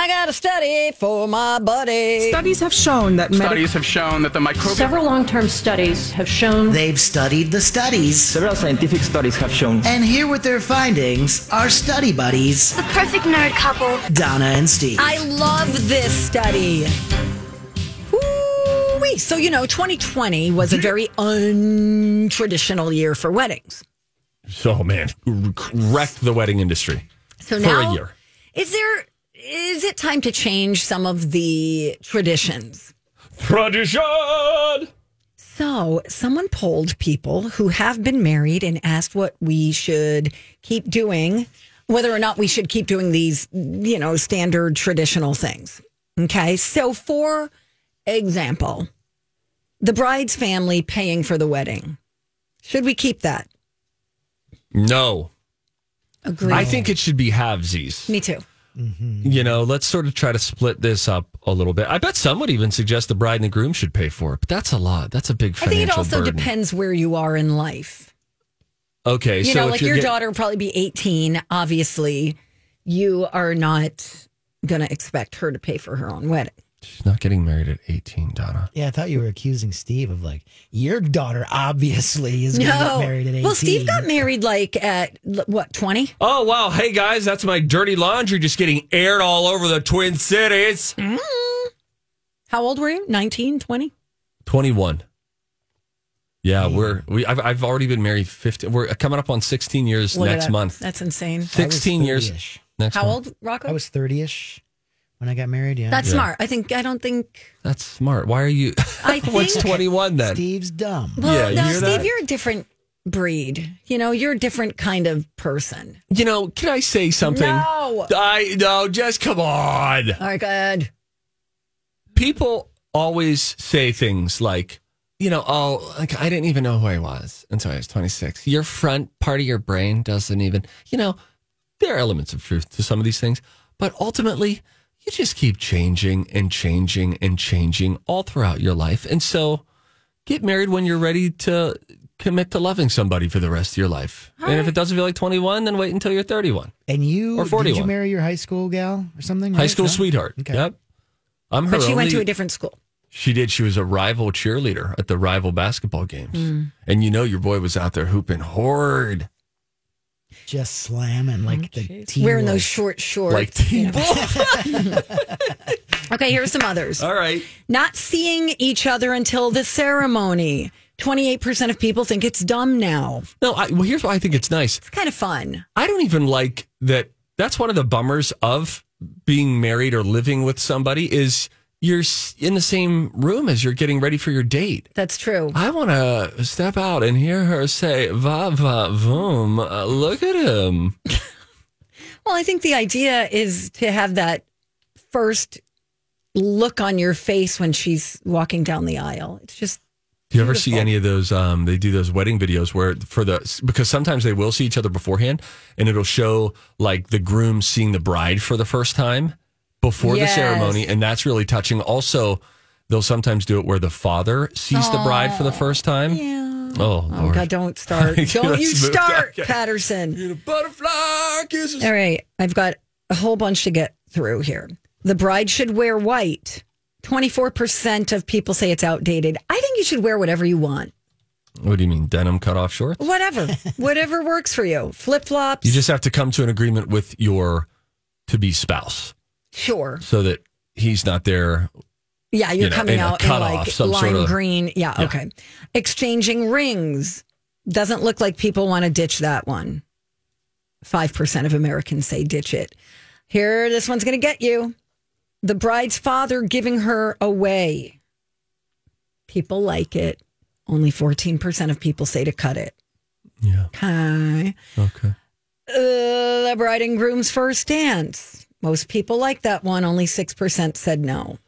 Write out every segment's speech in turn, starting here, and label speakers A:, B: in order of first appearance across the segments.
A: I gotta study for my buddy.
B: Studies have shown that medic-
C: Studies have shown that the microbial
D: Several long term studies have shown
E: They've studied the studies,
F: Several scientific studies have shown
E: and here with their findings are study buddies
G: The perfect nerd couple.
E: Donna and Steve.
A: I love this study. Woo-wee. So, you know, 2020 was a very untraditional year for weddings.
H: So man, wrecked the wedding industry
A: So
H: for
A: now,
H: a year.
A: is there is it time to change some of the traditions?
H: Tradition.
A: So, someone polled people who have been married and asked what we should keep doing, whether or not we should keep doing these, you know, standard traditional things. Okay. So, for example, the bride's family paying for the wedding. Should we keep that?
H: No,
A: Agree.
H: I think it should be halvesies.
A: Me too.
H: You know, let's sort of try to split this up a little bit. I bet some would even suggest the bride and the groom should pay for it, but that's a lot. That's a big
A: I
H: financial
A: think it also
H: burden.
A: depends where you are in life.
H: Okay,
A: You
H: so
A: know,
H: if
A: like
H: you're
A: your
H: get-
A: daughter will probably be 18. Obviously, you are not going to expect her to pay for her own wedding.
H: she's not getting married at 18, Donna.
E: yeah, I thought you were accusing Steve of like your daughter obviously is going to get married at 18.
A: Well, Steve got married like at l- what, 20?
H: Oh wow! Hey guys, that's my dirty laundry just getting aired all over the Twin Cities.
E: Mm-hmm.
A: How old were you? 19, 20?
H: 21. Yeah, we're we. I've, I've already been married 15. We're coming up on 16 years
A: Look at
H: next
A: that.
H: month.
A: That's insane.
E: I was
H: 16 years
E: 30-ish.
H: next.
A: How
H: month.
A: old, Rocco?
E: I was 30ish when I got married, yeah.
A: That's
H: Yeah.
A: smart. I think, I don't think,
H: That's smart. Why are you?
A: I
H: What's
A: think-
H: 21 then?
E: Steve's dumb.
A: well,
H: Yeah,
A: no,
H: you hear
A: Steve,
H: that?
A: you're a different breed. You know, you're a different kind of person.
H: You know, can I say something?
A: No.
H: I no. Just come on.
A: All right, good.
H: People always say things like, you know, oh, like I didn't even know who I was until I was 26. Your front part of your brain doesn't even. You know, there are elements of truth to some of these things, but ultimately, you just keep changing and changing and changing all throughout your life, and so get married when you're ready to commit to loving somebody for the rest of your life. And if it doesn't feel like 21, then wait until you're 31.
E: And you
H: Or
E: did
H: 41.
E: you marry your high school gal or something?
H: High
E: right?
H: school
E: No?
H: sweetheart.
E: Okay.
H: Yep. I'm her
A: But she went
H: only-
A: to a different school.
H: She did. She was a rival cheerleader at the rival basketball games. And you know your boy was out there hooping hard.
E: Just slamming like the teen
A: Oh, Wearing those
E: wolf.
A: short shorts.
H: Like Teen Wolf.
A: Okay, here's some others.
H: All right.
A: Not seeing each other until the ceremony. 28% of people think it's dumb now.
H: No, I, well, here's why I think it's nice.
A: It's kind of fun.
H: I don't even like that. That's one of the bummers of being married or living with somebody is you're s- in the same room as you're getting ready for your date.
A: That's true.
H: I want to step out and hear her say, va, va, voom. Uh, look at him.
A: Well, I think the idea is to have that first look on your face when she's walking down the aisle. It's just
H: Do you ever see any of those? Um, they do those wedding videos where for the because sometimes they will see each other beforehand, and it'll show like the groom seeing the bride for the first time before
A: Yes.
H: the ceremony, and that's really touching. Also, they'll sometimes do it where the father sees the bride for the first time.
A: yeah.
H: Oh,
A: Oh
H: Lord.
A: God, don't start.
H: Let's
A: Don't you
H: move on.
A: start,
H: Okay.
A: Patterson.
H: You're the butterfly kisses.
A: All right. I've got a whole bunch to get through here. The bride should wear white. 24% of people say it's outdated. I think you should wear whatever you want.
H: What do you mean denim cut off shorts?
A: Whatever. whatever works for you. Flip flops.
H: You just have to come to an agreement with your to be spouse.
A: Sure.
H: so that he's not there.
A: Yeah, you're
H: you know,
A: coming
H: in a
A: out in
H: cutoff,
A: like
H: some
A: lime
H: sort of-
A: green. Yeah, okay. Exchanging rings. Doesn't look like people want to ditch that one. 5% of Americans say ditch it. Here, this one's going to get you. The bride's father giving her away. People like it. Only 14% of people say to cut it.
H: Yeah.
A: Okay.
H: Okay.
A: Uh, the bride and groom's first dance. Most people like that one. Only 6% said no.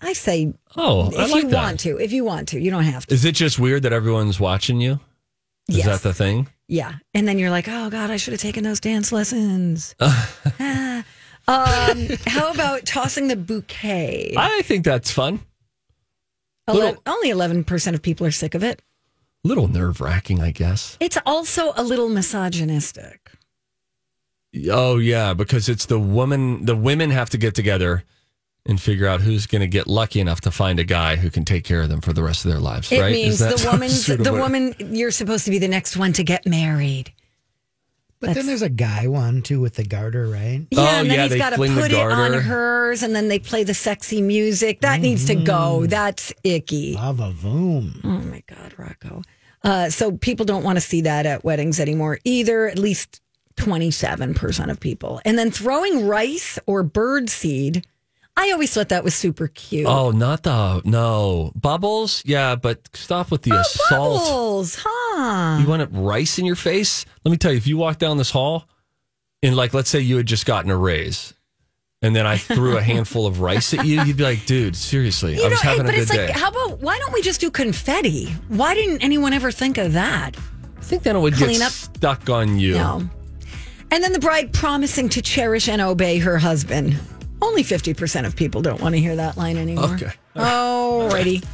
A: I say
H: Oh, I
A: if
H: like
A: you
H: that.
A: want to, if you want to, you don't have to.
H: Is it just weird that everyone's watching you? Is
A: Yes.
H: that the thing?
A: Yeah, and then you're like, oh god, I should have taken those dance lessons. Ah. um, how about tossing the bouquet?
H: I think that's fun.
A: Ele-
H: little-
A: only eleven percent of people are sick of it.
H: little nerve wracking, I guess.
A: It's also a little misogynistic.
H: Oh yeah, because it's the woman. The women have to get together and figure out who's going to get lucky enough to find a guy who can take care of them for the rest of their lives.
A: It
H: right?
A: means
H: Is that
A: the woman's
H: sort of
A: the
H: what-
A: woman. You're supposed to be the next one to get married.
E: But then
A: That's-
E: there's a guy one too with the garter, right?
A: Yeah, and then
H: Oh, yeah,
A: he's
H: they
A: got to
H: fling the
A: put it on
H: garter.
A: hers, and then they play the sexy music. That needs to
H: Mm-hmm.
A: go. That's icky.
E: Lava voom.
A: Oh my God, Rocco. Uh, so people don't want to see that at weddings anymore either, at least 27% of people. And then throwing rice or bird seed. I always thought that was super cute.
H: Oh, not the no bubbles. Yeah, but stop with the
A: Oh,
H: assault.
A: Bubbles, huh?
H: You want it rice in your face? Let me tell you, if you walk down this hall and like let's say you had just gotten a raise and then I threw a handful of rice at you, you'd be like, dude, seriously, I was
A: hey,
H: having
A: but
H: a good
A: it's
H: day.
A: like, how about why don't we just do confetti? Why didn't anyone ever think of that?
H: I think that would
A: clean
H: get
A: up?
H: stuck on you.
A: No. And then the bride promising to cherish and obey her husband. Only 50% of people don't want to hear that line anymore.
H: Okay.
A: Alrighty.